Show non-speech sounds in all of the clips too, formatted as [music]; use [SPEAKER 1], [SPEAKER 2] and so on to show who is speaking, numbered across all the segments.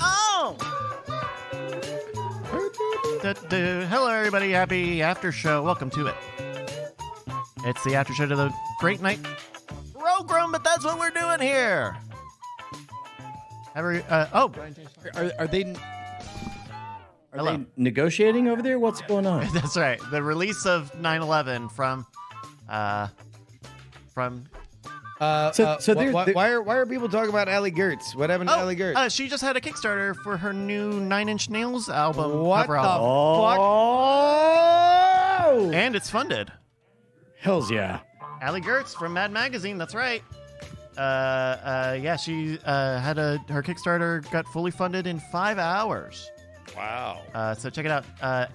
[SPEAKER 1] Oh. do, do. Hello, everybody. Happy after show. Welcome to it. It's the after show to the great night program, but that's what we're doing here. Every uh, oh,
[SPEAKER 2] Are, are they? Are
[SPEAKER 1] Hello.
[SPEAKER 2] they negotiating over there? What's going on?
[SPEAKER 1] [laughs] that's right. The release of 9/11 from uh from
[SPEAKER 3] Uh,
[SPEAKER 2] So-
[SPEAKER 3] uh,
[SPEAKER 2] so
[SPEAKER 3] wh-
[SPEAKER 2] there-
[SPEAKER 3] wh-
[SPEAKER 2] there-
[SPEAKER 3] why are why are people talking about Allie Gertz? What happened to
[SPEAKER 1] oh,
[SPEAKER 3] Allie Gertz?
[SPEAKER 1] uh, she just had a Kickstarter for her new Nine Inch Nails album.
[SPEAKER 3] what the
[SPEAKER 1] cover album.
[SPEAKER 3] fuck?
[SPEAKER 1] And it's funded.
[SPEAKER 2] Hell's yeah.
[SPEAKER 1] Allie Gertz from Mad Magazine. That's right. Uh, uh, yeah, she uh, had a her Kickstarter got fully funded in five hours.
[SPEAKER 4] Wow.
[SPEAKER 1] Uh, so check it out. Uh,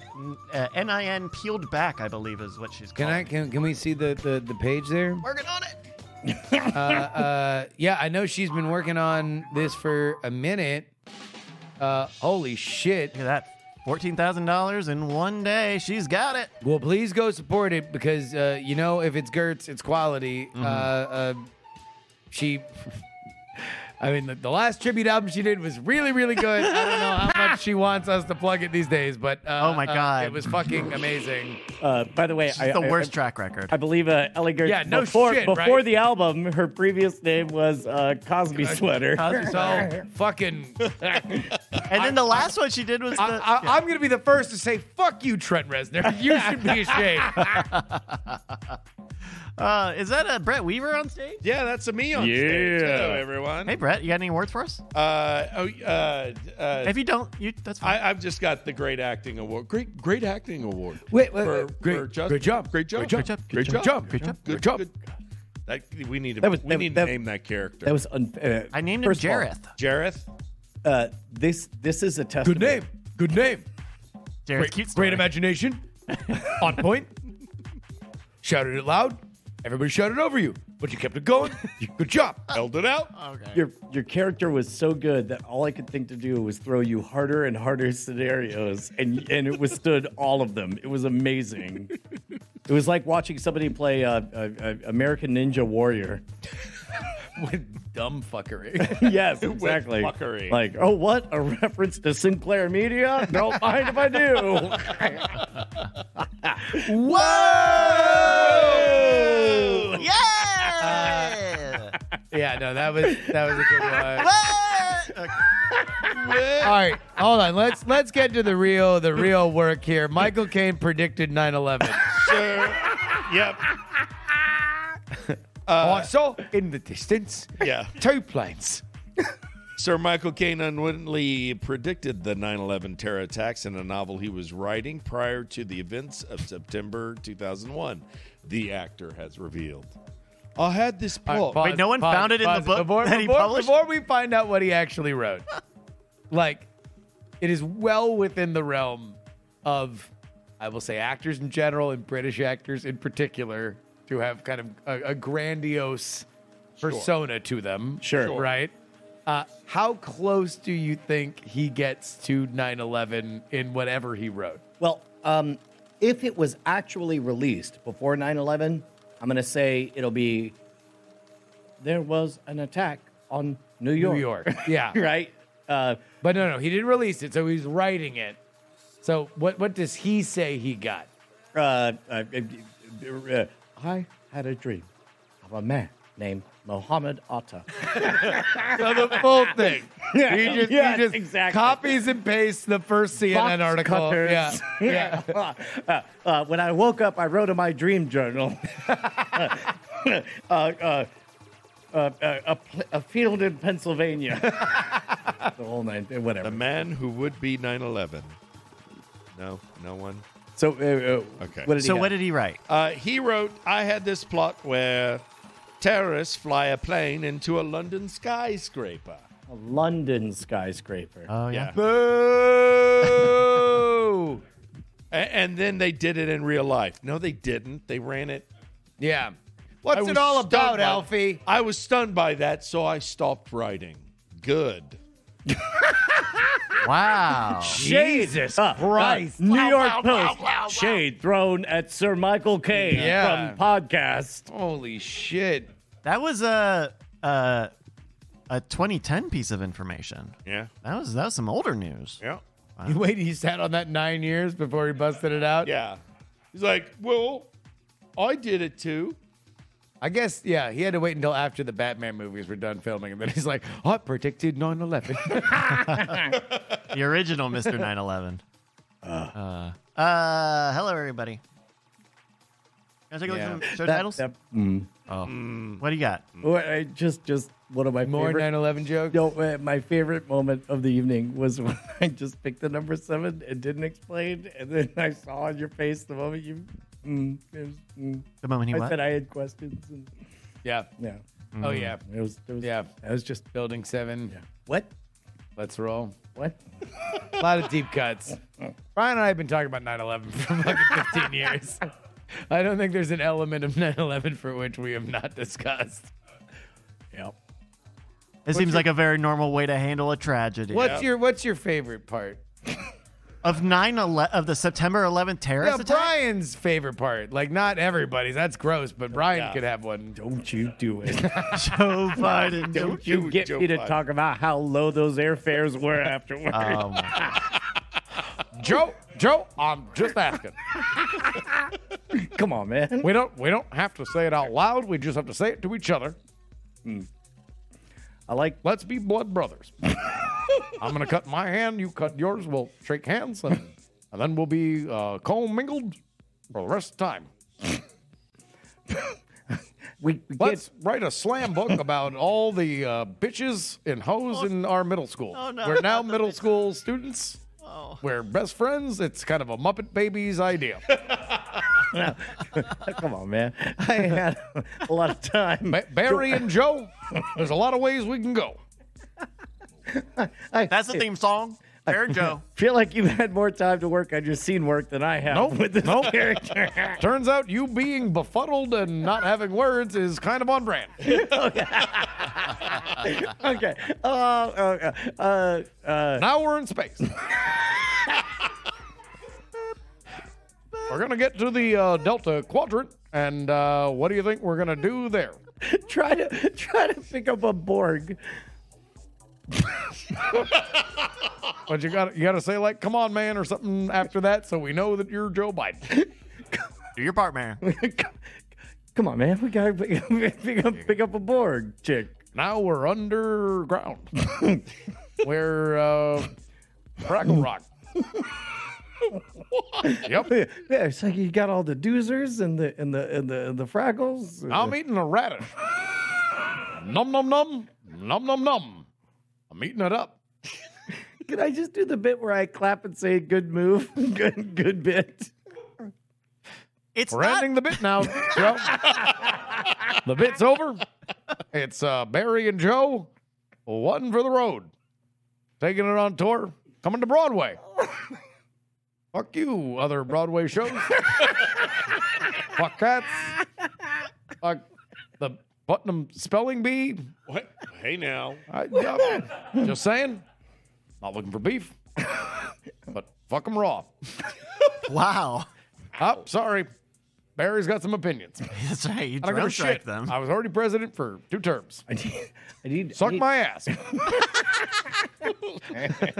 [SPEAKER 1] n- uh, Nin peeled back, I believe, is what she's
[SPEAKER 3] Can
[SPEAKER 1] called.
[SPEAKER 3] I can, can we see the, the, the page there?
[SPEAKER 1] Working on
[SPEAKER 3] [laughs]
[SPEAKER 1] it.
[SPEAKER 3] Uh, uh, yeah, I know she's been working on this for a minute. Uh, holy shit!
[SPEAKER 1] Look at that, fourteen thousand dollars in one day. She's got it.
[SPEAKER 3] Well, please go support it because uh, you know if it's Gertz, it's quality.
[SPEAKER 1] Mm-hmm.
[SPEAKER 3] Uh, uh, she, [laughs] I mean, the, the last tribute album she did was really, really good. I don't know how much she wants us to plug it these days, but uh,
[SPEAKER 1] Oh my
[SPEAKER 3] uh,
[SPEAKER 1] God.
[SPEAKER 3] it was
[SPEAKER 1] [laughs]
[SPEAKER 3] fucking amazing.
[SPEAKER 2] Uh, by the way, I,
[SPEAKER 1] It's the
[SPEAKER 2] I-
[SPEAKER 1] worst
[SPEAKER 2] I,
[SPEAKER 1] track record.
[SPEAKER 2] I believe uh, Ellie Gertz.
[SPEAKER 3] Yeah, no
[SPEAKER 2] before,
[SPEAKER 3] shit, right?
[SPEAKER 2] Before the album, her previous name was uh, Cosby Sweater. [laughs]
[SPEAKER 3] So fucking, I,
[SPEAKER 1] and then the last one she did was the.
[SPEAKER 3] I, I'm gonna be the first to say fuck you, Trent Reznor. [laughs] You should be ashamed.
[SPEAKER 1] uh, is that a Brett Weaver on stage?
[SPEAKER 4] Yeah, that's a me on stage.
[SPEAKER 2] Yeah.
[SPEAKER 4] Hello, everyone.
[SPEAKER 1] Hey Brett, you got any words for us?
[SPEAKER 4] Uh, oh, uh, uh,
[SPEAKER 1] If you don't, you that's fine.
[SPEAKER 4] I, I've just got the great acting award. Great, great acting award.
[SPEAKER 3] Wait, wait,
[SPEAKER 4] For-
[SPEAKER 3] wait. Great-
[SPEAKER 4] for Justin.
[SPEAKER 3] great job.
[SPEAKER 4] Great job.
[SPEAKER 3] Great job.
[SPEAKER 4] Great
[SPEAKER 3] Good
[SPEAKER 4] job.
[SPEAKER 3] job.
[SPEAKER 4] Good job. Good job. That, we need to,
[SPEAKER 2] That was-
[SPEAKER 4] we
[SPEAKER 2] that-
[SPEAKER 4] need
[SPEAKER 2] that-
[SPEAKER 4] to name that character.
[SPEAKER 2] That was un- uh,
[SPEAKER 1] I, named him
[SPEAKER 2] first of all,
[SPEAKER 1] Jareth.
[SPEAKER 4] Jareth.
[SPEAKER 2] uh, this this is a testament.
[SPEAKER 3] Good name. Good name.
[SPEAKER 1] Jareth,
[SPEAKER 3] Great,
[SPEAKER 1] cute story.
[SPEAKER 3] great [laughs] imagination. On point. Shouted it loud. Everybody shouted over you, but you kept it going. Good job.
[SPEAKER 4] Held it out.
[SPEAKER 3] uh,
[SPEAKER 2] Your your character was so good that all I could think to do was throw you harder and harder [laughs] scenarios, and and it withstood all of them. It was amazing. It was like watching somebody play uh, uh, uh, American Ninja Warrior.
[SPEAKER 3] [laughs] With dumb fuckery.
[SPEAKER 2] [laughs] Yes, exactly.
[SPEAKER 4] fuckery.
[SPEAKER 2] Like, oh, what a reference to Sinclair Media? Don't mind if I
[SPEAKER 3] [laughs]
[SPEAKER 2] do.
[SPEAKER 1] Whoa! Yeah!
[SPEAKER 3] yeah, no, that was that was a good one.
[SPEAKER 1] What? Okay.
[SPEAKER 3] All right, hold on. Let's let's get to the real the real work here. Michael Caine predicted 9/11.
[SPEAKER 4] Sure. yep.
[SPEAKER 3] I saw Uh, in the distance
[SPEAKER 4] Yeah.
[SPEAKER 3] two planes.
[SPEAKER 4] Sir Michael Caine unwittingly predicted the 9 11 terror attacks in a novel he was writing prior to the events of September 2001, the actor has revealed. I had this
[SPEAKER 3] All right,
[SPEAKER 4] book.
[SPEAKER 3] pause,
[SPEAKER 1] Wait, no one
[SPEAKER 3] pause,
[SPEAKER 1] found it in the
[SPEAKER 3] pause.
[SPEAKER 1] book
[SPEAKER 3] before,
[SPEAKER 1] that he
[SPEAKER 3] before-
[SPEAKER 1] published?
[SPEAKER 3] Before we find out what he
[SPEAKER 1] [laughs]
[SPEAKER 3] actually wrote, like it is well within the realm of, I will say, actors in general and British actors in particular to have kind of a, a grandiose persona to them.
[SPEAKER 2] Sure. Sure.
[SPEAKER 3] right. Uh, how close do you think he gets to 9/11 in whatever he wrote?
[SPEAKER 2] well, um, if it was actually released before 9 11, I'm going to say it'll be there was an attack on New York.
[SPEAKER 3] New York,
[SPEAKER 1] [laughs]
[SPEAKER 2] [laughs]
[SPEAKER 3] yeah.
[SPEAKER 2] right? Uh,
[SPEAKER 3] But no, no, he didn't release it, so he's writing it. So what what does he say he got?
[SPEAKER 2] uh, uh, uh, uh, I had a dream of a man named Mohammed Atta.
[SPEAKER 3] So the full thing.
[SPEAKER 2] [laughs] Yeah.
[SPEAKER 3] he just, he
[SPEAKER 2] Yes,
[SPEAKER 3] just
[SPEAKER 2] exactly.
[SPEAKER 3] copies and pastes the first CNN
[SPEAKER 2] Box
[SPEAKER 3] article.
[SPEAKER 2] cutters. [laughs]
[SPEAKER 3] Yeah, yeah.
[SPEAKER 2] uh, uh, when I woke up, I wrote in my dream journal. [laughs] uh, uh, uh, uh, a, pl- a field in Pennsylvania. [laughs] the whole night, uh,
[SPEAKER 4] the
[SPEAKER 2] whatever.
[SPEAKER 4] man who would be 9 11. No, no one.
[SPEAKER 2] So, uh, uh,
[SPEAKER 4] Okay.
[SPEAKER 2] What did
[SPEAKER 1] So
[SPEAKER 2] he Oh,
[SPEAKER 1] what
[SPEAKER 2] have?
[SPEAKER 1] did he write?
[SPEAKER 4] Uh, he wrote, I had this plot where terrorists fly a plane into a London skyscraper.
[SPEAKER 2] A London skyscraper.
[SPEAKER 1] Oh
[SPEAKER 4] yeah.
[SPEAKER 1] yeah.
[SPEAKER 3] Boo!
[SPEAKER 4] A- and then they did it in real life. No, they didn't. They ran it
[SPEAKER 3] yeah.
[SPEAKER 4] I
[SPEAKER 3] What's it
[SPEAKER 4] was
[SPEAKER 3] all
[SPEAKER 4] stunned
[SPEAKER 3] about,
[SPEAKER 4] by-
[SPEAKER 3] Alfie?
[SPEAKER 4] I was stunned by that, so I stopped writing. Good.
[SPEAKER 2] [laughs]
[SPEAKER 1] Wow.
[SPEAKER 3] Jesus
[SPEAKER 2] Uh,
[SPEAKER 3] Christ!
[SPEAKER 2] uh, New York Post. Shade thrown at Sir Michael Caine
[SPEAKER 3] Yeah.
[SPEAKER 2] from podcast.
[SPEAKER 3] Holy shit!
[SPEAKER 1] That was a a a 2010 piece of information.
[SPEAKER 4] Yeah.
[SPEAKER 1] That was that was some older news.
[SPEAKER 4] Yeah.
[SPEAKER 3] You wait, he sat on that nine years before he busted it out.
[SPEAKER 4] Yeah. He's like, well, I did it too.
[SPEAKER 3] I guess, yeah, he had to wait until after the Batman movies were done filming. And then he's like, "Oh, I predicted 9 11.
[SPEAKER 2] [laughs]
[SPEAKER 1] The original Mr. 911. Uh, uh, hello, everybody. Can I take a look
[SPEAKER 3] Yeah.
[SPEAKER 1] at some show
[SPEAKER 2] That-
[SPEAKER 1] titles?
[SPEAKER 2] that- mm.
[SPEAKER 1] What do you got?
[SPEAKER 2] Oh, I- just just one of my
[SPEAKER 3] More
[SPEAKER 2] favorite.
[SPEAKER 3] 9 11 jokes?
[SPEAKER 2] No, uh, my favorite moment of the evening was [laughs] when I just picked the number seven and didn't explain, and then I saw on your face the moment you. Mm, it was, mm.
[SPEAKER 1] The moment he
[SPEAKER 2] I
[SPEAKER 1] what?
[SPEAKER 2] said I had questions. And,
[SPEAKER 3] Yeah.
[SPEAKER 2] yeah,
[SPEAKER 3] Oh, yeah.
[SPEAKER 2] it was. It was
[SPEAKER 3] Yeah.
[SPEAKER 2] it was just
[SPEAKER 3] Building 7.
[SPEAKER 2] what?
[SPEAKER 3] Let's roll.
[SPEAKER 2] What?
[SPEAKER 3] A lot of deep cuts. Brian and I have been talking about 9 11 for [laughs] fucking 15 years. I don't think there's an element of 9 11 for which we have not discussed.
[SPEAKER 2] Yep.
[SPEAKER 1] It seems like a very normal way to handle a tragedy.
[SPEAKER 3] What's
[SPEAKER 4] Yeah.
[SPEAKER 3] your What's your favorite part?
[SPEAKER 1] Of 9 11, of the September 11th terrorist
[SPEAKER 3] yeah,
[SPEAKER 1] attack?
[SPEAKER 3] Brian's favorite part. Like not everybody's. That's gross, but Brian
[SPEAKER 4] Yeah.
[SPEAKER 3] could have one.
[SPEAKER 2] [laughs] Don't you do it?
[SPEAKER 1] [laughs] Joe Biden.
[SPEAKER 2] Don't you get
[SPEAKER 4] Joe
[SPEAKER 2] me to
[SPEAKER 4] Biden.
[SPEAKER 2] talk about how low those airfares [laughs] were afterwards?
[SPEAKER 1] Oh, my-
[SPEAKER 3] Joe, Joe, I'm just asking.
[SPEAKER 2] Come on, man.
[SPEAKER 3] We don't we don't have to say it out loud. We just have to say it to each other.
[SPEAKER 2] I like
[SPEAKER 3] Let's be blood brothers. [laughs] I'm gonna cut my hand. You cut yours. We'll shake hands, and, and then we'll be uh, commingled for the rest of time.
[SPEAKER 2] we, we
[SPEAKER 3] Let's write a slam book about all the uh, bitches and hoes in our middle school.
[SPEAKER 1] Oh, no, Oh.
[SPEAKER 3] We're
[SPEAKER 1] [laughs]
[SPEAKER 3] now
[SPEAKER 1] not the
[SPEAKER 3] middle
[SPEAKER 1] bitches.
[SPEAKER 3] school students. We're best friends. It's kind of a Muppet Babies
[SPEAKER 1] [laughs]
[SPEAKER 3] idea.
[SPEAKER 2] get come on, man. I had a lot of time.
[SPEAKER 3] Ba- Barry and Joe, there's a lot of ways we can go.
[SPEAKER 2] I
[SPEAKER 1] That's the theme song. Aaron Joe.
[SPEAKER 2] feel like you've had more time to work on your scene work than I have
[SPEAKER 3] Nope,
[SPEAKER 2] with this
[SPEAKER 3] nope.
[SPEAKER 2] character. [laughs]
[SPEAKER 3] Turns out you being befuddled and not having words is kind of on brand.
[SPEAKER 2] okay. Uh, uh, uh, uh,
[SPEAKER 3] Now we're
[SPEAKER 1] [laughs]
[SPEAKER 3] in space. we're going to get to the uh, Delta Quadrant, and uh, what do you think we're going to do there?
[SPEAKER 2] try to try to pick up a Borg. [laughs]
[SPEAKER 3] But you got you got to say like, "Come on, man," or something after that, so we know that you're Joe Biden.
[SPEAKER 1] Do your part, man.
[SPEAKER 2] [laughs] Come on, man. We gotta pick, pick up pick up a Borg, chick.
[SPEAKER 3] Now we're underground. we're uh, Fraggle Rock.
[SPEAKER 2] Yeah,
[SPEAKER 3] yep.
[SPEAKER 2] it's like you got all the doozers and the and the and the and the fraggles.
[SPEAKER 3] I'm eating a radish. num num num num num num. I'm eating it up.
[SPEAKER 2] Can I just do the bit where I clap and say good move? [laughs] good good bit.
[SPEAKER 1] It's
[SPEAKER 3] We're
[SPEAKER 1] not
[SPEAKER 3] ending the bit [laughs] now, Joe. the bit's over. It's uh, Barry and Joe, one for the road, taking it on tour, coming to Broadway. Fuck you, other Broadway shows. Fuck cats. Fuck the Putnam Spelling Bee.
[SPEAKER 4] What? Hey now.
[SPEAKER 3] I, yeah, just saying. Not looking for beef, but fuck them raw.
[SPEAKER 1] Wow.
[SPEAKER 3] Oh, sorry. Barry's got some opinions.
[SPEAKER 1] That's right. You
[SPEAKER 3] I don't give
[SPEAKER 1] drone
[SPEAKER 3] a
[SPEAKER 1] strike
[SPEAKER 3] shit.
[SPEAKER 1] them.
[SPEAKER 3] I was already president for two terms.
[SPEAKER 2] I need I need
[SPEAKER 3] Suck
[SPEAKER 2] I need,
[SPEAKER 1] [laughs]
[SPEAKER 3] my ass.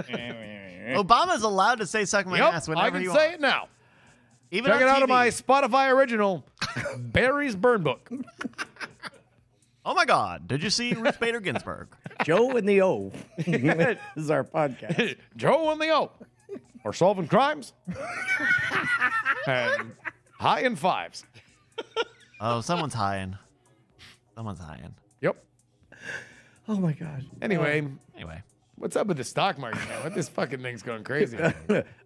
[SPEAKER 1] Obama's allowed to say suck my
[SPEAKER 3] yep,
[SPEAKER 1] ass
[SPEAKER 3] I
[SPEAKER 1] whenever
[SPEAKER 3] can
[SPEAKER 1] you
[SPEAKER 3] say
[SPEAKER 1] want.
[SPEAKER 3] it now.
[SPEAKER 1] Even
[SPEAKER 3] Check
[SPEAKER 1] on
[SPEAKER 3] it out
[SPEAKER 1] TV.
[SPEAKER 3] of my Spotify original, [laughs] Barry's Burn Book.
[SPEAKER 1] Oh my God! Did you see Ruth Bader
[SPEAKER 3] [laughs]
[SPEAKER 1] Ginsburg?
[SPEAKER 2] Joe and the O. [laughs] this is our podcast.
[SPEAKER 3] [laughs] Joe and the O are
[SPEAKER 1] [laughs]
[SPEAKER 3] solving crimes and high in fives.
[SPEAKER 1] oh, someone's high-in. Someone's high-in.
[SPEAKER 3] Yep.
[SPEAKER 2] Oh my god.
[SPEAKER 3] Anyway,
[SPEAKER 1] Anyway,
[SPEAKER 3] what's up with the stock market? Man? What this fucking thing's going crazy?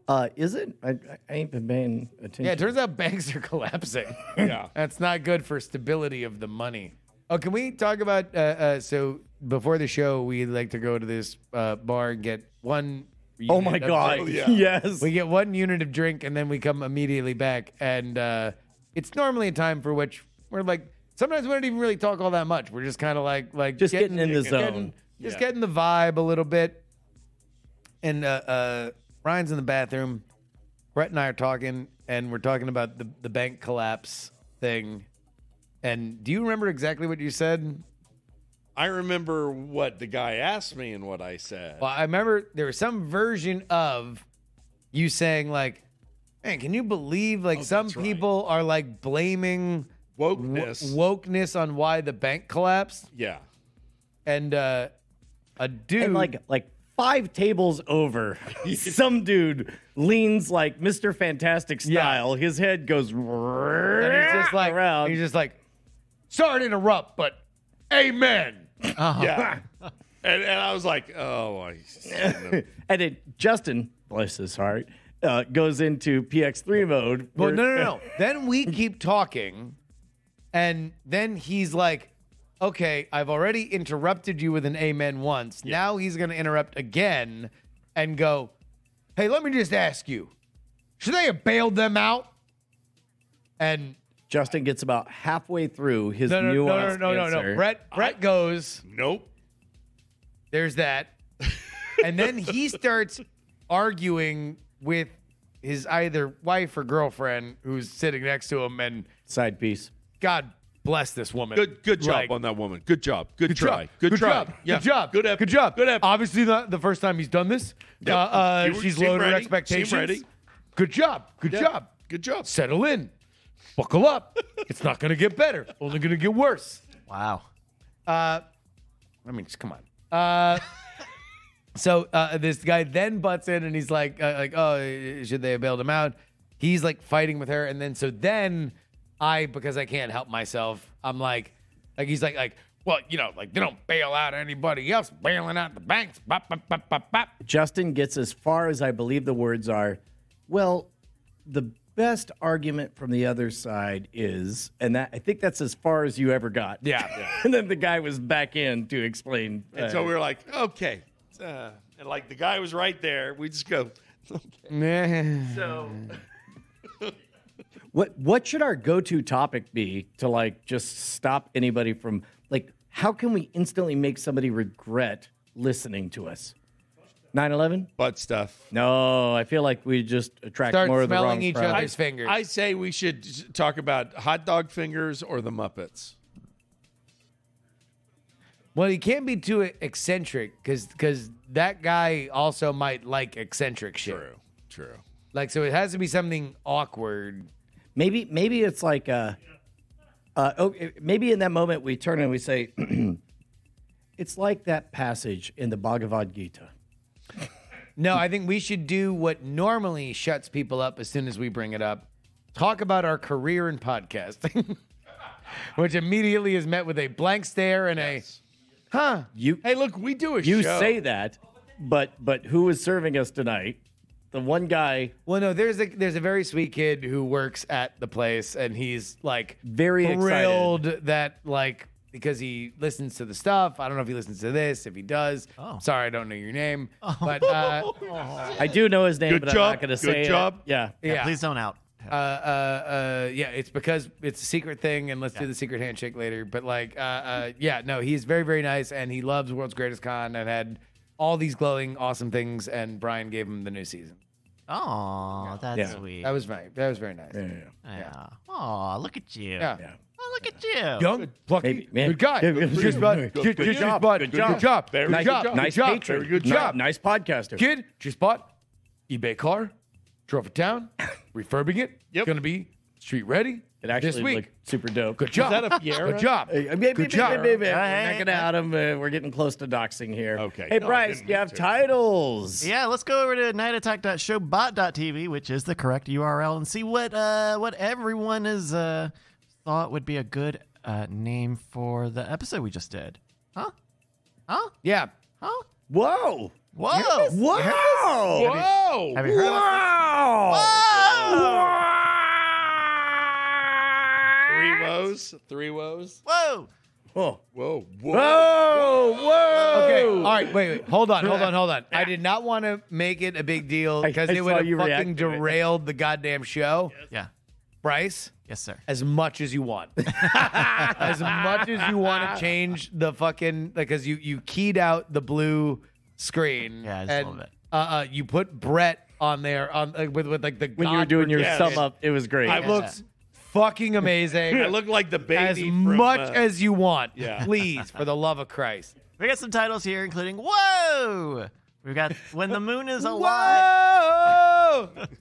[SPEAKER 2] Uh, is it? I, I ain't been paying attention.
[SPEAKER 3] Yeah, it turns out banks are [laughs] collapsing.
[SPEAKER 4] Yeah.
[SPEAKER 3] That's not good for stability of the money. Oh, can we talk about? Uh, uh, so before the show, we like to go to this uh, bar and get one.
[SPEAKER 2] oh
[SPEAKER 3] unit
[SPEAKER 2] my
[SPEAKER 3] of
[SPEAKER 2] god.
[SPEAKER 3] drink.
[SPEAKER 4] yeah.
[SPEAKER 2] [laughs] Yes.
[SPEAKER 3] We get one unit of drink and then we come immediately back. And uh, it's normally a time for which we're like, sometimes we don't even really talk all that much. We're just kind of like, like
[SPEAKER 2] Just getting in the zone.
[SPEAKER 3] just
[SPEAKER 4] Yeah.
[SPEAKER 3] getting the vibe a little bit. And uh, uh, Ryan's in the bathroom. Brett and I are talking, and we're talking about the, the bank collapse thing. And do you remember exactly what you said?
[SPEAKER 4] I remember what the guy asked me and what I said.
[SPEAKER 3] Well, I remember there was some version of you saying like, man, can you believe like some
[SPEAKER 4] Oh, that's right.
[SPEAKER 3] people are like blaming wo-
[SPEAKER 4] Wokeness.
[SPEAKER 3] wokeness on why the bank collapsed
[SPEAKER 4] yeah.
[SPEAKER 3] and uh, a dude
[SPEAKER 2] And like like five tables
[SPEAKER 3] [laughs]
[SPEAKER 2] over, some dude leans like Mr. Fantastic style. His head goes
[SPEAKER 3] and he's just like
[SPEAKER 2] [laughs] around.
[SPEAKER 3] he's just like, sorry to interrupt, but amen.
[SPEAKER 4] Yeah. and, and I was like, oh, I shouldn't have-
[SPEAKER 2] and then Justin, bless his heart, uh, goes into PX3 mode.
[SPEAKER 3] Well,
[SPEAKER 2] where-
[SPEAKER 3] no, no, [laughs] no. then we keep talking, and then he's like, "Okay, I've already interrupted you with an amen once. Now he's going to interrupt again, and go, "Hey, let me just ask you, should they have bailed them out?" And
[SPEAKER 2] Justin gets about halfway through his
[SPEAKER 3] no, no, no, no,
[SPEAKER 2] nuanced
[SPEAKER 3] no, no, no.
[SPEAKER 2] answer.
[SPEAKER 3] Brett, Brett goes.
[SPEAKER 4] Nope.
[SPEAKER 3] There's that. [laughs] and then he starts arguing with his either wife or girlfriend who's sitting next to him. And
[SPEAKER 2] Side piece.
[SPEAKER 3] God bless this woman.
[SPEAKER 4] Good good job
[SPEAKER 3] Like,
[SPEAKER 4] on that woman. Good job. Good,
[SPEAKER 3] Good
[SPEAKER 4] try.
[SPEAKER 3] job.
[SPEAKER 4] Good, try.
[SPEAKER 3] job.
[SPEAKER 4] Yeah.
[SPEAKER 3] Good job.
[SPEAKER 4] Good effort.
[SPEAKER 3] Good job.
[SPEAKER 4] Good effort.
[SPEAKER 3] Obviously, not the first time he's done this.
[SPEAKER 4] Yep.
[SPEAKER 3] Uh, uh,
[SPEAKER 4] You were-
[SPEAKER 3] she's
[SPEAKER 4] seemed
[SPEAKER 3] lowered her
[SPEAKER 4] ready. Seemed
[SPEAKER 3] expectations.
[SPEAKER 4] ready.
[SPEAKER 3] Good job. Good
[SPEAKER 4] Yeah.
[SPEAKER 3] job.
[SPEAKER 4] Good job.
[SPEAKER 3] Settle in. Buckle up. it's not going to get better. Only going to get worse.
[SPEAKER 1] Wow.
[SPEAKER 3] I mean, just come on. [laughs] Uh, so uh, this guy then butts in and he's like, uh, like, oh, should they have bailed him out? He's like fighting with her, and then so then I, because I can't help myself, I'm like, like he's like, like, well, you know, like they don't bail out anybody else, bailing out the banks. Bop, bop, bop, bop, bop.
[SPEAKER 2] Justin gets as far as I believe the words are. Well, the best argument from the other side is, and that I think that's as far as you ever got.
[SPEAKER 3] Yeah.
[SPEAKER 2] [laughs] and then the guy was back in to explain. uh,
[SPEAKER 4] And so we were like, okay. Uh, and like the guy was right there. We just go, [laughs] okay.
[SPEAKER 3] Nah.
[SPEAKER 4] So
[SPEAKER 2] what what should our go-to topic be to like just stop anybody from like how can we instantly make somebody regret listening to us? 9/11?
[SPEAKER 4] butt stuff.
[SPEAKER 2] No, I feel like we just attract
[SPEAKER 3] Start
[SPEAKER 2] more of the
[SPEAKER 3] smelling
[SPEAKER 2] wrong
[SPEAKER 3] each
[SPEAKER 2] crowd.
[SPEAKER 3] other's fingers.
[SPEAKER 4] I say we should s- talk about hot dog fingers or the Muppets.
[SPEAKER 3] Well, you can't be too eccentric because because that guy also might like eccentric shit.
[SPEAKER 4] True. True.
[SPEAKER 3] Like, so it has to be something awkward.
[SPEAKER 2] Maybe maybe it's like uh, uh, oh, maybe in that moment we turn and we say, [clears throat] it's like that passage in the Bhagavad Gita.
[SPEAKER 3] No, I think we should do what normally shuts people up as soon as we bring it up. Talk about our career in podcasting, [laughs] which immediately is met with a blank stare and a, huh?
[SPEAKER 2] You
[SPEAKER 4] Hey, look, we do a show.
[SPEAKER 2] you say that, but but who is serving us tonight? The one guy,
[SPEAKER 3] Well, no, there's a there's a very sweet kid who works at the place, and he's like
[SPEAKER 2] Very excited.
[SPEAKER 3] thrilled that like because he listens to the stuff. I don't know if he listens to this. If he does,
[SPEAKER 1] Oh.
[SPEAKER 3] sorry, I don't know your name,
[SPEAKER 2] Oh.
[SPEAKER 3] but
[SPEAKER 2] [laughs]
[SPEAKER 3] uh,
[SPEAKER 2] I do know his name,
[SPEAKER 4] Good
[SPEAKER 2] but I'm
[SPEAKER 4] job,
[SPEAKER 2] not going to
[SPEAKER 4] good
[SPEAKER 2] say it.
[SPEAKER 4] job.
[SPEAKER 2] Yeah,
[SPEAKER 1] Yeah,
[SPEAKER 3] yeah,
[SPEAKER 1] Please don't out.
[SPEAKER 3] uh, uh, uh, yeah, it's because it's a secret thing, and let's do the secret handshake later. But like, uh, uh, yeah, no, he's very, very nice, and he loves World's Greatest Con, and had all these glowing, awesome things. And Brian gave him the new season.
[SPEAKER 1] Oh, that's
[SPEAKER 2] Yeah.
[SPEAKER 1] sweet.
[SPEAKER 3] That was very, that was very nice. Yeah,
[SPEAKER 1] yeah. Oh, look at you.
[SPEAKER 3] yeah.
[SPEAKER 1] Oh, look at you.
[SPEAKER 3] young, plucky,
[SPEAKER 2] Maybe, man.
[SPEAKER 3] good guy.
[SPEAKER 2] Good- good-
[SPEAKER 3] Good bud.
[SPEAKER 2] good-
[SPEAKER 3] Good
[SPEAKER 4] good
[SPEAKER 3] good
[SPEAKER 4] job,
[SPEAKER 3] job, bud.
[SPEAKER 4] good
[SPEAKER 3] Good
[SPEAKER 4] job.
[SPEAKER 3] job. Good
[SPEAKER 4] Very
[SPEAKER 3] job. Good
[SPEAKER 2] nice
[SPEAKER 3] job.
[SPEAKER 2] patron,
[SPEAKER 3] Very good
[SPEAKER 2] Ni-
[SPEAKER 3] job.
[SPEAKER 2] nice podcaster.
[SPEAKER 3] Kid just bought eBay car, drove it down, refurbing it.
[SPEAKER 4] Yep.
[SPEAKER 3] Gonna be street ready
[SPEAKER 2] It actually
[SPEAKER 3] this week.
[SPEAKER 2] looked super dope.
[SPEAKER 3] Good job.
[SPEAKER 4] that a Fiera?
[SPEAKER 3] Good job.
[SPEAKER 2] Hey, uh, maybe-
[SPEAKER 3] Good job.
[SPEAKER 2] maybe- maybe-
[SPEAKER 1] Hey.
[SPEAKER 2] We're not gonna out him. Uh, we're getting close to doxing here.
[SPEAKER 4] Okay.
[SPEAKER 2] Hey,
[SPEAKER 4] No, I
[SPEAKER 2] Bryce,
[SPEAKER 4] didn't
[SPEAKER 2] you
[SPEAKER 4] mean
[SPEAKER 2] have
[SPEAKER 4] to.
[SPEAKER 2] titles.
[SPEAKER 1] Yeah, let's go over to nightattack.showbot.tv, which is the correct URL, and see what uh, what everyone has uh, thought would be a good uh, name for the episode we just did. Huh? Huh?
[SPEAKER 3] Yeah.
[SPEAKER 1] Huh?
[SPEAKER 2] Whoa!
[SPEAKER 1] Whoa!
[SPEAKER 2] Wow!
[SPEAKER 4] Whoa!
[SPEAKER 1] Have you heard about
[SPEAKER 2] Wow!
[SPEAKER 1] Whoa!
[SPEAKER 4] Three woes. Three woes.
[SPEAKER 1] Whoa!
[SPEAKER 2] Whoa!
[SPEAKER 4] Whoa. Whoa.
[SPEAKER 2] Whoa! Whoa!
[SPEAKER 3] Okay. All right. Wait. Wait. Hold on. Hold on. Hold on. I did not want to make it a big deal
[SPEAKER 2] I-
[SPEAKER 3] because
[SPEAKER 2] I
[SPEAKER 3] it would
[SPEAKER 2] saw
[SPEAKER 3] have
[SPEAKER 2] you
[SPEAKER 3] fucking
[SPEAKER 2] react to it.
[SPEAKER 3] derailed the goddamn show.
[SPEAKER 1] Yeah.
[SPEAKER 3] Bryce,
[SPEAKER 1] Yes, sir.
[SPEAKER 3] as much as you
[SPEAKER 2] [laughs]
[SPEAKER 3] want. as much as you want to change the fucking because you you keyed out the blue screen.
[SPEAKER 1] Yeah, I just
[SPEAKER 3] and,
[SPEAKER 1] love it.
[SPEAKER 3] Uh, uh, you put Brett on there on uh, with with like the
[SPEAKER 2] When you were doing your
[SPEAKER 4] Yes.
[SPEAKER 2] sum up, it was great.
[SPEAKER 4] I looked.
[SPEAKER 3] looks fucking amazing.
[SPEAKER 2] [laughs]
[SPEAKER 4] I look like the baby.
[SPEAKER 3] as
[SPEAKER 4] from,
[SPEAKER 3] much
[SPEAKER 4] uh,
[SPEAKER 3] as you want.
[SPEAKER 4] yeah.
[SPEAKER 3] Please, for the love of Christ.
[SPEAKER 1] We got some titles here, including Whoa! We've got When the Moon is alive.
[SPEAKER 3] Whoa! go.
[SPEAKER 1] [laughs]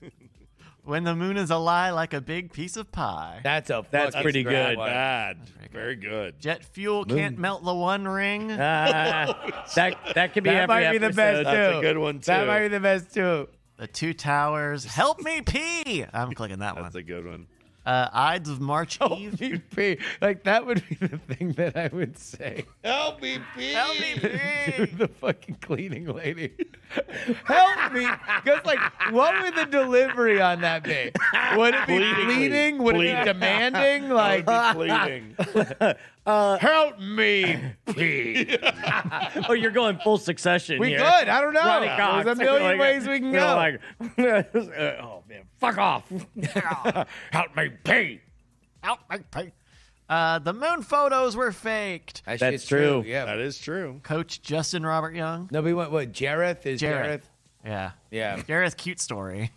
[SPEAKER 1] When the moon is a lie, like a big piece of pie.
[SPEAKER 3] That's a
[SPEAKER 2] That's
[SPEAKER 3] fucking
[SPEAKER 2] pretty
[SPEAKER 3] grab
[SPEAKER 2] good.
[SPEAKER 3] one.
[SPEAKER 4] Bad. Very good.
[SPEAKER 1] Jet fuel can't melt the One Ring.
[SPEAKER 2] Ah, [laughs] that that could be
[SPEAKER 3] That
[SPEAKER 2] every
[SPEAKER 3] might be the best
[SPEAKER 2] episode.
[SPEAKER 3] too.
[SPEAKER 4] That's a good one, too.
[SPEAKER 3] That might be the best too.
[SPEAKER 1] the Two Towers. Help me pee. I'm clicking that one.
[SPEAKER 4] That's a good one.
[SPEAKER 1] Uh, Ides of March Eve.
[SPEAKER 3] You'd be- Like that would be the thing that I would say [laughs]
[SPEAKER 4] LBP.
[SPEAKER 1] Help me
[SPEAKER 3] to
[SPEAKER 1] pee.
[SPEAKER 3] the fucking cleaning lady. Help me, because like, what would the delivery on that be? Would it be
[SPEAKER 4] Pleadingly.
[SPEAKER 3] pleading? Would it
[SPEAKER 4] Pleading.
[SPEAKER 3] be demanding? Like,
[SPEAKER 4] Bleeding.
[SPEAKER 3] help me, please.
[SPEAKER 2] Oh, you're going full succession.
[SPEAKER 3] We
[SPEAKER 2] here. [laughs]
[SPEAKER 3] good? I don't know.
[SPEAKER 2] Ronnie Cox.
[SPEAKER 3] There's a million
[SPEAKER 2] Like,
[SPEAKER 3] ways we can
[SPEAKER 2] you know,
[SPEAKER 3] go.
[SPEAKER 2] Like, [laughs] oh man, fuck off.
[SPEAKER 3] help me, pee.
[SPEAKER 1] Help me pee. Uh, the moon photos were faked.
[SPEAKER 3] That
[SPEAKER 2] That's
[SPEAKER 3] shit's
[SPEAKER 2] true.
[SPEAKER 3] Yeah.
[SPEAKER 4] That is true.
[SPEAKER 1] Coach Justin Robert Young.
[SPEAKER 3] No, we went what? Jareth is
[SPEAKER 1] Jareth.
[SPEAKER 3] Jareth.
[SPEAKER 1] Yeah.
[SPEAKER 3] Yeah.
[SPEAKER 1] Jareth, cute story.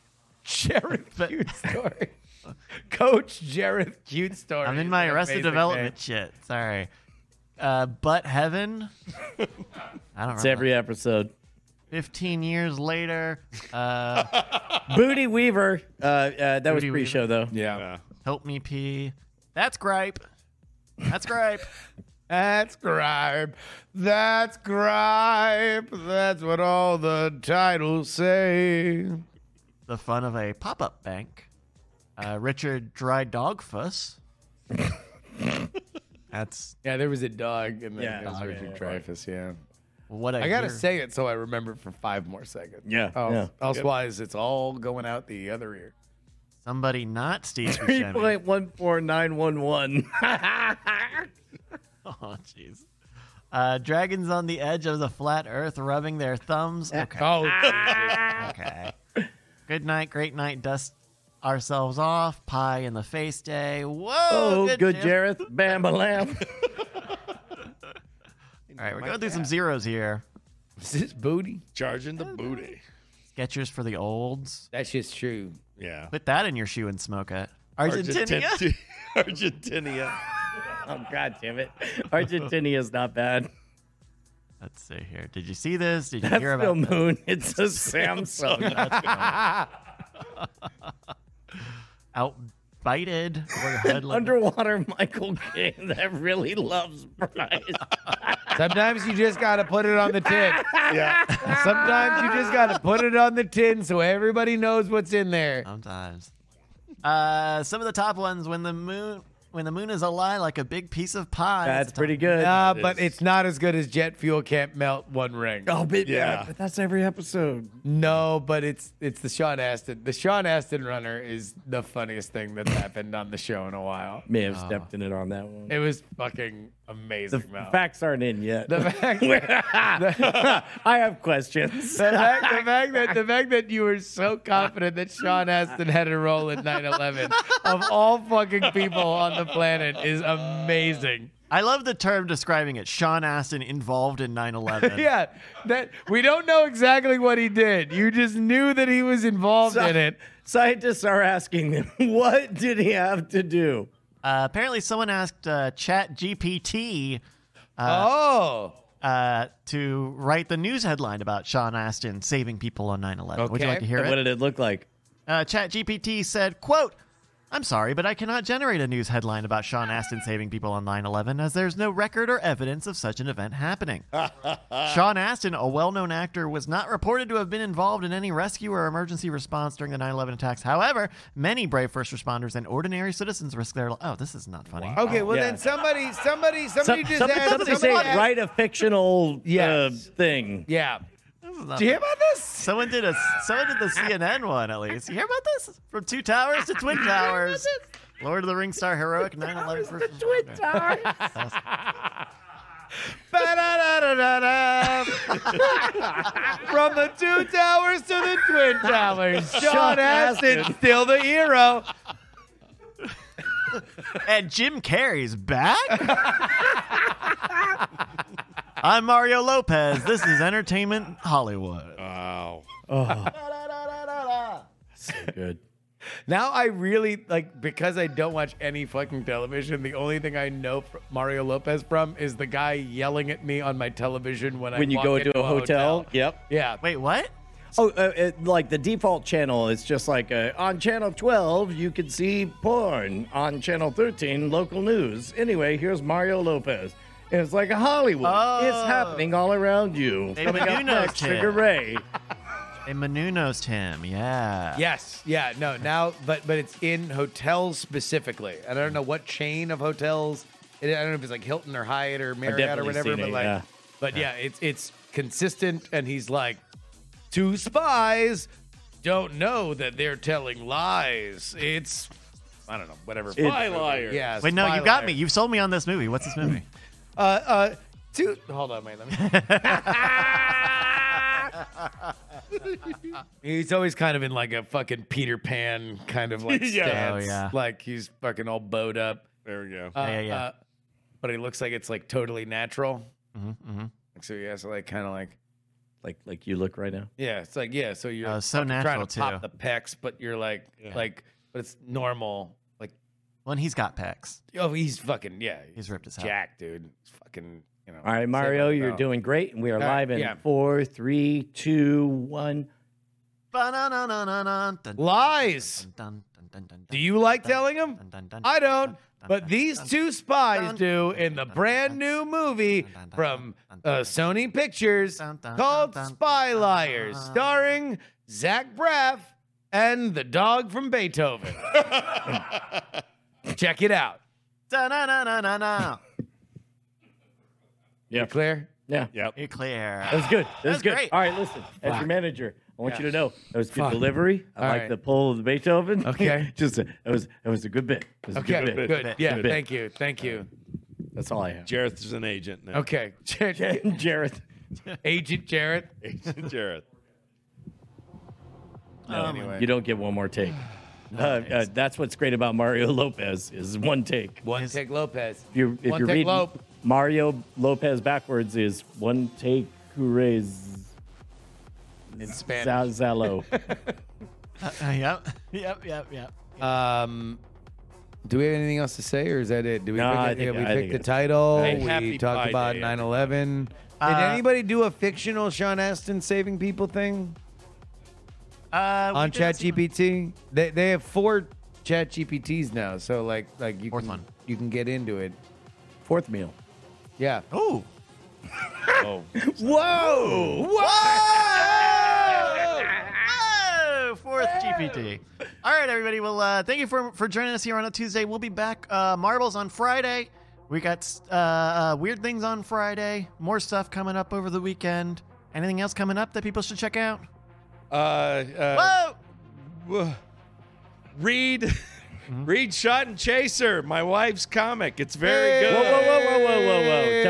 [SPEAKER 3] Jareth [laughs]
[SPEAKER 1] But-
[SPEAKER 3] cute story. [laughs] Coach Jareth cute story.
[SPEAKER 1] I'm
[SPEAKER 3] is
[SPEAKER 1] in my
[SPEAKER 3] an
[SPEAKER 1] Arrested
[SPEAKER 3] amazing
[SPEAKER 1] Development
[SPEAKER 3] name.
[SPEAKER 1] shit. Sorry. Uh, but heaven. I don't
[SPEAKER 2] It's
[SPEAKER 1] know.
[SPEAKER 2] every episode.
[SPEAKER 1] 15 years later. Uh,
[SPEAKER 2] Booty Weaver. Uh, uh, that was
[SPEAKER 1] Booty
[SPEAKER 2] pre-show though.
[SPEAKER 3] Yeah.
[SPEAKER 4] Yeah.
[SPEAKER 1] help me pee. That's gripe. That's gripe.
[SPEAKER 3] That's gripe. That's gripe. That's what all the titles say.
[SPEAKER 1] the fun of a pop up bank. Uh, Richard Dry Dog Fuss. That's
[SPEAKER 3] Yeah, there was a dog and then
[SPEAKER 2] Yeah.
[SPEAKER 3] it was
[SPEAKER 2] Dog,
[SPEAKER 3] Richard Dreyfus, yeah.
[SPEAKER 1] what I
[SPEAKER 3] I gotta
[SPEAKER 1] hear.
[SPEAKER 3] say it so I remember for five more seconds. Oh,
[SPEAKER 2] Yeah,
[SPEAKER 3] Else-
[SPEAKER 2] yeah.
[SPEAKER 3] Elsewise, it's all going out the other ear.
[SPEAKER 1] Somebody not Steve
[SPEAKER 2] [laughs] Three
[SPEAKER 1] Buscemi.
[SPEAKER 2] point one four nine one one.
[SPEAKER 1] [laughs]
[SPEAKER 2] [laughs]
[SPEAKER 1] Oh, jeez. Uh, dragons on the edge of the flat earth rubbing their thumbs. Okay.
[SPEAKER 3] Oh,
[SPEAKER 1] okay. Good night, great night. Dust ourselves off. Pie in the face day. Whoa.
[SPEAKER 2] Oh, good,
[SPEAKER 1] Jared.
[SPEAKER 2] Jareth. Bam, ba, lam.
[SPEAKER 1] All right, we're going through some zeros here.
[SPEAKER 3] is this booty?
[SPEAKER 4] Charging the booty.
[SPEAKER 1] Sketchers for the olds.
[SPEAKER 3] That's just true.
[SPEAKER 4] Yeah.
[SPEAKER 1] Put that in your shoe and smoke it. Argentina.
[SPEAKER 4] [laughs] Argentin- Argentina.
[SPEAKER 2] Oh god damn it. Argentina is not
[SPEAKER 3] [laughs]
[SPEAKER 2] bad.
[SPEAKER 1] Let's see here. Did you see this? Did you
[SPEAKER 2] That's
[SPEAKER 1] hear
[SPEAKER 2] no
[SPEAKER 1] about this?
[SPEAKER 2] moon.
[SPEAKER 3] [laughs]
[SPEAKER 2] It's a Samsung.
[SPEAKER 1] Outbited or hoodlum?
[SPEAKER 2] Underwater Michael Caine that really loves
[SPEAKER 3] [laughs]
[SPEAKER 2] Bryce.
[SPEAKER 3] Sometimes you just gotta put it on the tin. [laughs]
[SPEAKER 4] Yeah.
[SPEAKER 3] Sometimes you just gotta put it on the tin so everybody knows what's in there.
[SPEAKER 1] Oh, Sometimes. Uh, some of the top ones when the moon when the moon is a lie like a big piece of pie.
[SPEAKER 2] That's
[SPEAKER 1] the
[SPEAKER 2] pretty
[SPEAKER 1] top-
[SPEAKER 2] good.
[SPEAKER 3] Uh,
[SPEAKER 4] It
[SPEAKER 3] but
[SPEAKER 4] is.
[SPEAKER 3] it's not as good as jet fuel can't melt one ring.
[SPEAKER 2] oh, but,
[SPEAKER 4] Yeah.
[SPEAKER 2] but that's every episode.
[SPEAKER 3] No, but it's it's the Sean Astin. The Sean Astin runner is the funniest thing that's happened on the show in a while.
[SPEAKER 2] May have stepped in it on that one.
[SPEAKER 3] It was fucking
[SPEAKER 2] The
[SPEAKER 3] amazing. though.
[SPEAKER 2] facts aren't in yet.
[SPEAKER 3] the fact, the,
[SPEAKER 2] [laughs] I have questions.
[SPEAKER 3] fact, the fact that the fact that you were so confident that Sean Astin had a role in 9/11 of all fucking people on the planet is amazing.
[SPEAKER 1] I love the term describing it. Sean Astin involved in 9/11.
[SPEAKER 3] [laughs] Yeah, that we don't know exactly what he did. You just knew that he was involved in it.
[SPEAKER 2] [laughs] Scientists are asking them, what did he have to do?
[SPEAKER 1] Uh, apparently, someone asked uh, Chat GPT
[SPEAKER 3] oh,
[SPEAKER 1] uh, to write the news headline about Sean Astin saving people on 9/11. Would you
[SPEAKER 3] Okay.
[SPEAKER 1] like to hear
[SPEAKER 2] And what
[SPEAKER 1] it?
[SPEAKER 2] did it look like?
[SPEAKER 1] Uh, ChatGPT said, quote, I'm sorry, but I cannot generate a news headline about Sean Astin saving people on 9-11 as there's no record or evidence of such an event happening. Sean Astin, a well-known actor, was not reported to have been involved in any rescue or emergency response during the 9-11 attacks. However, many brave first responders and ordinary citizens risk their... Oh, this is not funny.
[SPEAKER 3] Okay, well
[SPEAKER 2] Yeah.
[SPEAKER 3] then somebody, somebody,
[SPEAKER 2] Some,
[SPEAKER 3] somebody just
[SPEAKER 2] somebody
[SPEAKER 3] asked.
[SPEAKER 2] somebody
[SPEAKER 3] somebody
[SPEAKER 2] said,
[SPEAKER 3] asked-
[SPEAKER 2] write a fictional uh,
[SPEAKER 3] Yes.
[SPEAKER 2] thing.
[SPEAKER 3] Yeah.
[SPEAKER 1] This is not
[SPEAKER 3] Do you hear about this?
[SPEAKER 1] Someone did a someone did the CNN one at least. You hear about this? From Two Towers to
[SPEAKER 3] [laughs]
[SPEAKER 1] Twin Towers. Lord of the Rings star heroic 9/11 first responder.
[SPEAKER 3] Ba-da-da-da-da-da. From the two towers to the twin [laughs] towers, Sean
[SPEAKER 2] Sean
[SPEAKER 3] Astin
[SPEAKER 2] Astin.
[SPEAKER 3] still the hero.
[SPEAKER 1] And Jim Carrey's back? I'm Mario Lopez. This is Entertainment Hollywood.
[SPEAKER 4] Wow.
[SPEAKER 2] Good.
[SPEAKER 3] Now I really like because I don't watch any fucking television. The only thing I know fr- Mario Lopez from is the guy yelling at me on my television when I
[SPEAKER 2] When you
[SPEAKER 3] walk
[SPEAKER 2] go to
[SPEAKER 3] into
[SPEAKER 2] a hotel, yep.
[SPEAKER 3] Yeah.
[SPEAKER 1] Wait, what? next?
[SPEAKER 2] Oh, uh, it, like the default channel is just like uh, on channel 12, you can see porn. On channel 13, local news. Anyway, here's Mario Lopez. And it's like Hollywood.
[SPEAKER 1] Oh.
[SPEAKER 2] It's happening all around you.
[SPEAKER 1] They
[SPEAKER 2] Coming up
[SPEAKER 1] Menounos
[SPEAKER 2] next,
[SPEAKER 1] him.
[SPEAKER 2] Sugar Ray.
[SPEAKER 1] They Manunosed him. Yeah.
[SPEAKER 3] Yes. Yeah. No. Now, but but it's in hotels specifically, and I don't know what chain of hotels. It, I don't know if it's like Hilton or Hyatt or Marriott or
[SPEAKER 2] definitely seen
[SPEAKER 3] whatever. But
[SPEAKER 2] it,
[SPEAKER 3] like,
[SPEAKER 2] yeah.
[SPEAKER 3] but yeah, it's it's consistent, and he's like, two spies don't know that they're telling lies. It's I don't know whatever.
[SPEAKER 4] Spy liar.
[SPEAKER 3] yeah.
[SPEAKER 1] Wait, no,
[SPEAKER 3] spy
[SPEAKER 1] you got
[SPEAKER 3] liar.
[SPEAKER 1] me. You've sold me on this movie. What's this movie?
[SPEAKER 3] Uh, uh, two. Hold on, wait. Let me. [laughs] he's always kind of in like a fucking Peter Pan kind of [laughs] like
[SPEAKER 4] Yeah.
[SPEAKER 3] stance.
[SPEAKER 1] Oh, yeah.
[SPEAKER 3] Like he's fucking all bowed up. Uh,
[SPEAKER 4] There we go.
[SPEAKER 1] Yeah, yeah, yeah.
[SPEAKER 3] but he looks like it's like totally natural.
[SPEAKER 1] Mhm, mhm.
[SPEAKER 3] Like, So yeah, so like kind of like
[SPEAKER 2] Like, like you look right now.
[SPEAKER 3] yeah, it's like yeah. So you're
[SPEAKER 1] Oh, so
[SPEAKER 3] fucking trying
[SPEAKER 1] natural,
[SPEAKER 3] to pop
[SPEAKER 1] too.
[SPEAKER 3] the pecs, but you're like like but it's normal. Like
[SPEAKER 1] Well, and he's got pecs.
[SPEAKER 3] oh, he's fucking yeah.
[SPEAKER 1] He's ripped as hell.
[SPEAKER 3] Jack, dude. He's fucking you know.
[SPEAKER 2] All right, Mario,
[SPEAKER 3] sitting
[SPEAKER 2] you're
[SPEAKER 3] down.
[SPEAKER 2] doing great. And we are
[SPEAKER 3] All right,
[SPEAKER 2] live in
[SPEAKER 3] yeah.
[SPEAKER 2] four, three, two, one.
[SPEAKER 1] Lies.
[SPEAKER 3] lies. Do you like telling him? I don't, but these two spies do in the brand new movie from uh, Sony Pictures called Spy Liars, starring Zach Braff and the dog from Beethoven.
[SPEAKER 2] [laughs]
[SPEAKER 3] Check it out.
[SPEAKER 1] Da-na-na-na-na-na.
[SPEAKER 2] Yeah.
[SPEAKER 3] Clear?
[SPEAKER 2] Yeah.
[SPEAKER 4] Yep.
[SPEAKER 1] You're clear.
[SPEAKER 2] That was good. That was
[SPEAKER 1] was
[SPEAKER 2] good.
[SPEAKER 1] great.
[SPEAKER 2] All right, listen. As your manager, I want you to know that was good
[SPEAKER 3] Fuck.
[SPEAKER 2] delivery. I
[SPEAKER 3] All
[SPEAKER 2] like
[SPEAKER 3] right.
[SPEAKER 2] the pull of the Beethoven. [laughs]
[SPEAKER 3] Okay.
[SPEAKER 2] Just a, that was that was a good bit. It was
[SPEAKER 3] Okay,
[SPEAKER 2] a good bit.
[SPEAKER 3] good. Yeah,
[SPEAKER 2] bit.
[SPEAKER 3] thank you. Thank you.
[SPEAKER 2] That's all I
[SPEAKER 3] [laughs]
[SPEAKER 2] have.
[SPEAKER 4] Jareth is an agent now.
[SPEAKER 3] Okay.
[SPEAKER 2] [laughs] Jareth.
[SPEAKER 3] Agent Jarrett.
[SPEAKER 4] Agent [laughs] Jareth.
[SPEAKER 1] Oh,
[SPEAKER 3] Anyway.
[SPEAKER 2] You don't get one more
[SPEAKER 3] [sighs]
[SPEAKER 2] take. Uh, uh, that's what's great about Mario Lopez is one take.
[SPEAKER 3] One take Lopez.
[SPEAKER 2] If you're, if
[SPEAKER 3] One
[SPEAKER 2] you're
[SPEAKER 3] take
[SPEAKER 2] reading
[SPEAKER 3] Lope.
[SPEAKER 2] Mario Lopez backwards is one take Cures
[SPEAKER 3] in Spanish.
[SPEAKER 2] Zalo.
[SPEAKER 3] [laughs]
[SPEAKER 1] my- Uh, Yep. [laughs] Yep. Yep. Yep.
[SPEAKER 3] Um, do we have anything else to say, or is that it? Do we?
[SPEAKER 2] No,
[SPEAKER 3] pick,
[SPEAKER 2] I
[SPEAKER 3] it?
[SPEAKER 2] think-
[SPEAKER 3] yeah, we
[SPEAKER 2] I
[SPEAKER 3] picked
[SPEAKER 2] think
[SPEAKER 3] the
[SPEAKER 2] it-
[SPEAKER 3] title.
[SPEAKER 4] Hey,
[SPEAKER 3] we
[SPEAKER 4] Happy
[SPEAKER 3] talked
[SPEAKER 4] Pi
[SPEAKER 3] about
[SPEAKER 4] Day,
[SPEAKER 3] 9/11. Did
[SPEAKER 1] Uh,
[SPEAKER 3] anybody do a fictional Sean Astin saving people thing
[SPEAKER 1] Uh, we
[SPEAKER 3] on
[SPEAKER 1] did not see one.
[SPEAKER 3] ChatGPT? They they have four ChatGPTs now, so like like you
[SPEAKER 1] Fourth
[SPEAKER 3] can,
[SPEAKER 1] one.
[SPEAKER 3] you can get into it.
[SPEAKER 2] Fourth meal.
[SPEAKER 3] Yeah.
[SPEAKER 1] Ooh.
[SPEAKER 4] Oh,
[SPEAKER 2] Whoa!
[SPEAKER 1] Whoa! Fourth GPT. All right, everybody. Well, uh, thank you for for joining us here on a Tuesday. We'll be back. Uh, Marbles on Friday. We got uh, uh, weird things on Friday. More stuff coming up over the weekend. Anything else coming up that people should check out?
[SPEAKER 4] uh, uh,
[SPEAKER 2] Oh.
[SPEAKER 1] Whoa!
[SPEAKER 4] w- read, read Shot and Chaser, my wife's comic. It's very
[SPEAKER 3] Hey.
[SPEAKER 2] Whoa! Whoa!
[SPEAKER 4] good.
[SPEAKER 2] Whoa! Whoa! Whoa! Whoa! whoa.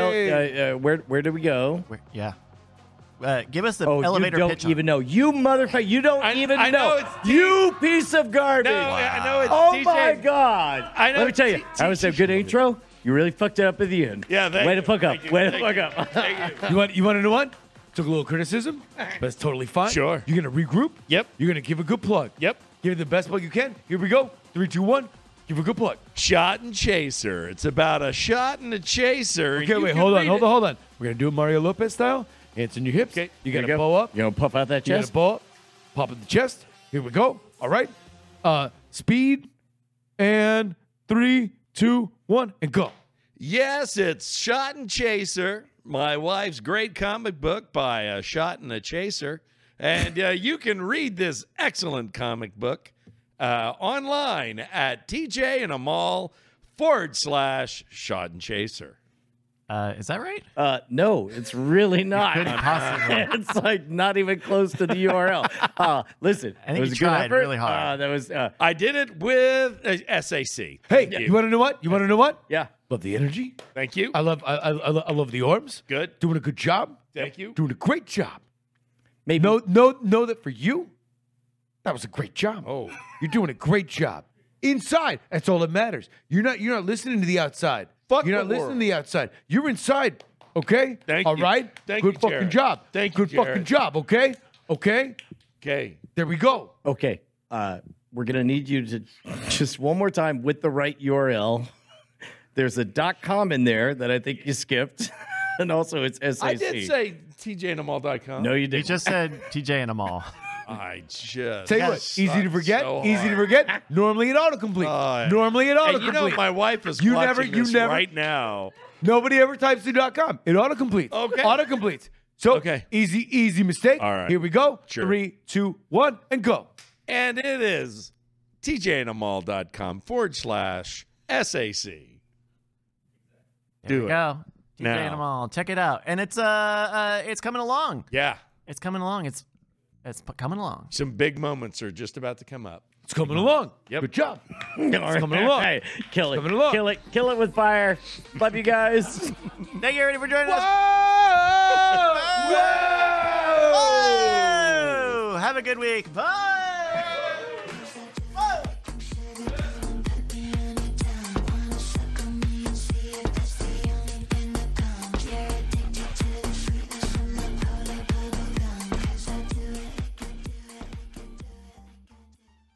[SPEAKER 2] Tell uh, uh, where where do we go?
[SPEAKER 1] Where- yeah. Uh, give us the
[SPEAKER 2] Oh,
[SPEAKER 1] elevator
[SPEAKER 2] you don't
[SPEAKER 1] pitch. on-
[SPEAKER 2] even know. You motherfucker! You don't
[SPEAKER 4] I-
[SPEAKER 2] even
[SPEAKER 4] I
[SPEAKER 2] know.
[SPEAKER 4] know it's
[SPEAKER 2] you piece of garbage!
[SPEAKER 4] No, I I know it's
[SPEAKER 2] Oh
[SPEAKER 4] TJ.
[SPEAKER 2] my god!
[SPEAKER 4] I know
[SPEAKER 2] Let me tell you,
[SPEAKER 4] T-
[SPEAKER 2] that was a good intro. You really fucked it up at the end.
[SPEAKER 4] Yeah, thank
[SPEAKER 2] way
[SPEAKER 4] you.
[SPEAKER 2] to fuck up.
[SPEAKER 4] Thank you.
[SPEAKER 2] Way to fuck
[SPEAKER 4] Thank you.
[SPEAKER 2] up.
[SPEAKER 3] [laughs]
[SPEAKER 4] Thank you.
[SPEAKER 3] You want you want to know what? Took a little criticism, but it's totally fine.
[SPEAKER 4] Sure.
[SPEAKER 3] You're gonna regroup.
[SPEAKER 4] Yep.
[SPEAKER 3] You're gonna give a good plug.
[SPEAKER 4] Yep.
[SPEAKER 3] Give it the best plug you can. Here we go. Three, two, one. Give a good plug.
[SPEAKER 4] Shot and Chaser. It's about a shot and a chaser.
[SPEAKER 3] Okay, wait, hold on, hold on, hold on. We're gonna do it Mario Lopez style. Hands in your hips.
[SPEAKER 4] Okay,
[SPEAKER 3] You
[SPEAKER 2] There
[SPEAKER 3] gotta
[SPEAKER 2] go.
[SPEAKER 3] bow up.
[SPEAKER 2] You gonna puff out that
[SPEAKER 3] You gotta
[SPEAKER 2] chest?
[SPEAKER 3] bow up. Pop up the chest. Here we go. All right. Uh, speed and three, two, one, and go.
[SPEAKER 4] Yes, it's Shot and Chaser, my wife's great comic book by a shot and a chaser. And uh, you can read this excellent comic book uh, online at TJ in a mall forward slash shot and chaser.
[SPEAKER 1] Uh, is that right?
[SPEAKER 2] Uh, no, it's really not.
[SPEAKER 1] couldn't possibly.
[SPEAKER 2] [laughs] it's like not even close to the URL. Uh, listen,
[SPEAKER 1] I think
[SPEAKER 2] it was
[SPEAKER 1] you
[SPEAKER 2] a good
[SPEAKER 1] tried
[SPEAKER 2] effort.
[SPEAKER 1] really hard.
[SPEAKER 2] Uh, that was uh,
[SPEAKER 4] I did it with uh, SAC.
[SPEAKER 3] Hey, you wanna know what? You wanna know what?
[SPEAKER 2] yeah.
[SPEAKER 3] Love the energy.
[SPEAKER 4] Thank you.
[SPEAKER 3] I love I, I, I lo- I love the arms.
[SPEAKER 4] Good.
[SPEAKER 3] Doing a good job.
[SPEAKER 4] Thank you.
[SPEAKER 3] Doing a great job.
[SPEAKER 2] Maybe
[SPEAKER 3] No, no, know that for you, that was a great job.
[SPEAKER 4] Oh.
[SPEAKER 3] You're doing a great job. Inside, that's all that matters. You're not you're not listening to the outside.
[SPEAKER 4] Fuck
[SPEAKER 3] You're
[SPEAKER 4] the
[SPEAKER 3] not listening
[SPEAKER 4] world.
[SPEAKER 3] to the outside. You're inside. Okay?
[SPEAKER 4] Thank
[SPEAKER 3] All
[SPEAKER 4] you.
[SPEAKER 3] right?
[SPEAKER 4] Thank
[SPEAKER 3] Good
[SPEAKER 4] you,
[SPEAKER 3] fucking
[SPEAKER 4] Jared.
[SPEAKER 3] job.
[SPEAKER 4] Thank you,
[SPEAKER 3] Good fucking
[SPEAKER 4] Jared.
[SPEAKER 3] job, okay? Okay?
[SPEAKER 4] Okay.
[SPEAKER 3] There we go.
[SPEAKER 2] Okay. Uh, we're going to need you to [laughs] just one more time [laughs] with the right URL. There's a .com in there that I think you skipped. [laughs] and also it's SAC.
[SPEAKER 4] I did say tjnamal.com.
[SPEAKER 2] no, you
[SPEAKER 1] He
[SPEAKER 2] didn't.
[SPEAKER 1] just said TJ and
[SPEAKER 2] [laughs]
[SPEAKER 1] Amal.
[SPEAKER 4] I just.
[SPEAKER 3] Tell you what,
[SPEAKER 4] suck
[SPEAKER 3] easy to forget,
[SPEAKER 4] so
[SPEAKER 3] easy to
[SPEAKER 4] hard.
[SPEAKER 3] forget. Normally it autocomplete.
[SPEAKER 4] God.
[SPEAKER 3] Normally it
[SPEAKER 4] And
[SPEAKER 3] autocomplete.
[SPEAKER 4] you know, my wife is
[SPEAKER 3] You
[SPEAKER 4] watching
[SPEAKER 3] never- you
[SPEAKER 4] this
[SPEAKER 3] never-
[SPEAKER 4] right now.
[SPEAKER 3] Nobody ever types to.com. It autocompletes.
[SPEAKER 4] Okay.
[SPEAKER 3] Autocompletes. So
[SPEAKER 4] Okay.
[SPEAKER 3] easy, easy mistake.
[SPEAKER 4] All right.
[SPEAKER 3] Here we go.
[SPEAKER 4] Sure.
[SPEAKER 3] Three, two, one, and go.
[SPEAKER 4] And it is tjnamal.com forward slash SAC.
[SPEAKER 1] There
[SPEAKER 4] Do
[SPEAKER 1] we
[SPEAKER 4] it.
[SPEAKER 1] go. TJ
[SPEAKER 4] Now.
[SPEAKER 1] and Amal. Check it out. And it's uh, uh it's coming along.
[SPEAKER 4] Yeah.
[SPEAKER 1] It's coming along. It's it's p- coming along.
[SPEAKER 4] Some big moments are just about to come up.
[SPEAKER 3] It's coming along.
[SPEAKER 4] Yep.
[SPEAKER 3] Good job.
[SPEAKER 2] It's [laughs]
[SPEAKER 3] coming along.
[SPEAKER 2] kill it.
[SPEAKER 3] coming along.
[SPEAKER 2] Kill it. Kill it with fire. Love you guys.
[SPEAKER 1] Thank you everybody for joining us.
[SPEAKER 3] Whoa! Whoa!
[SPEAKER 1] Have a good week. Bye.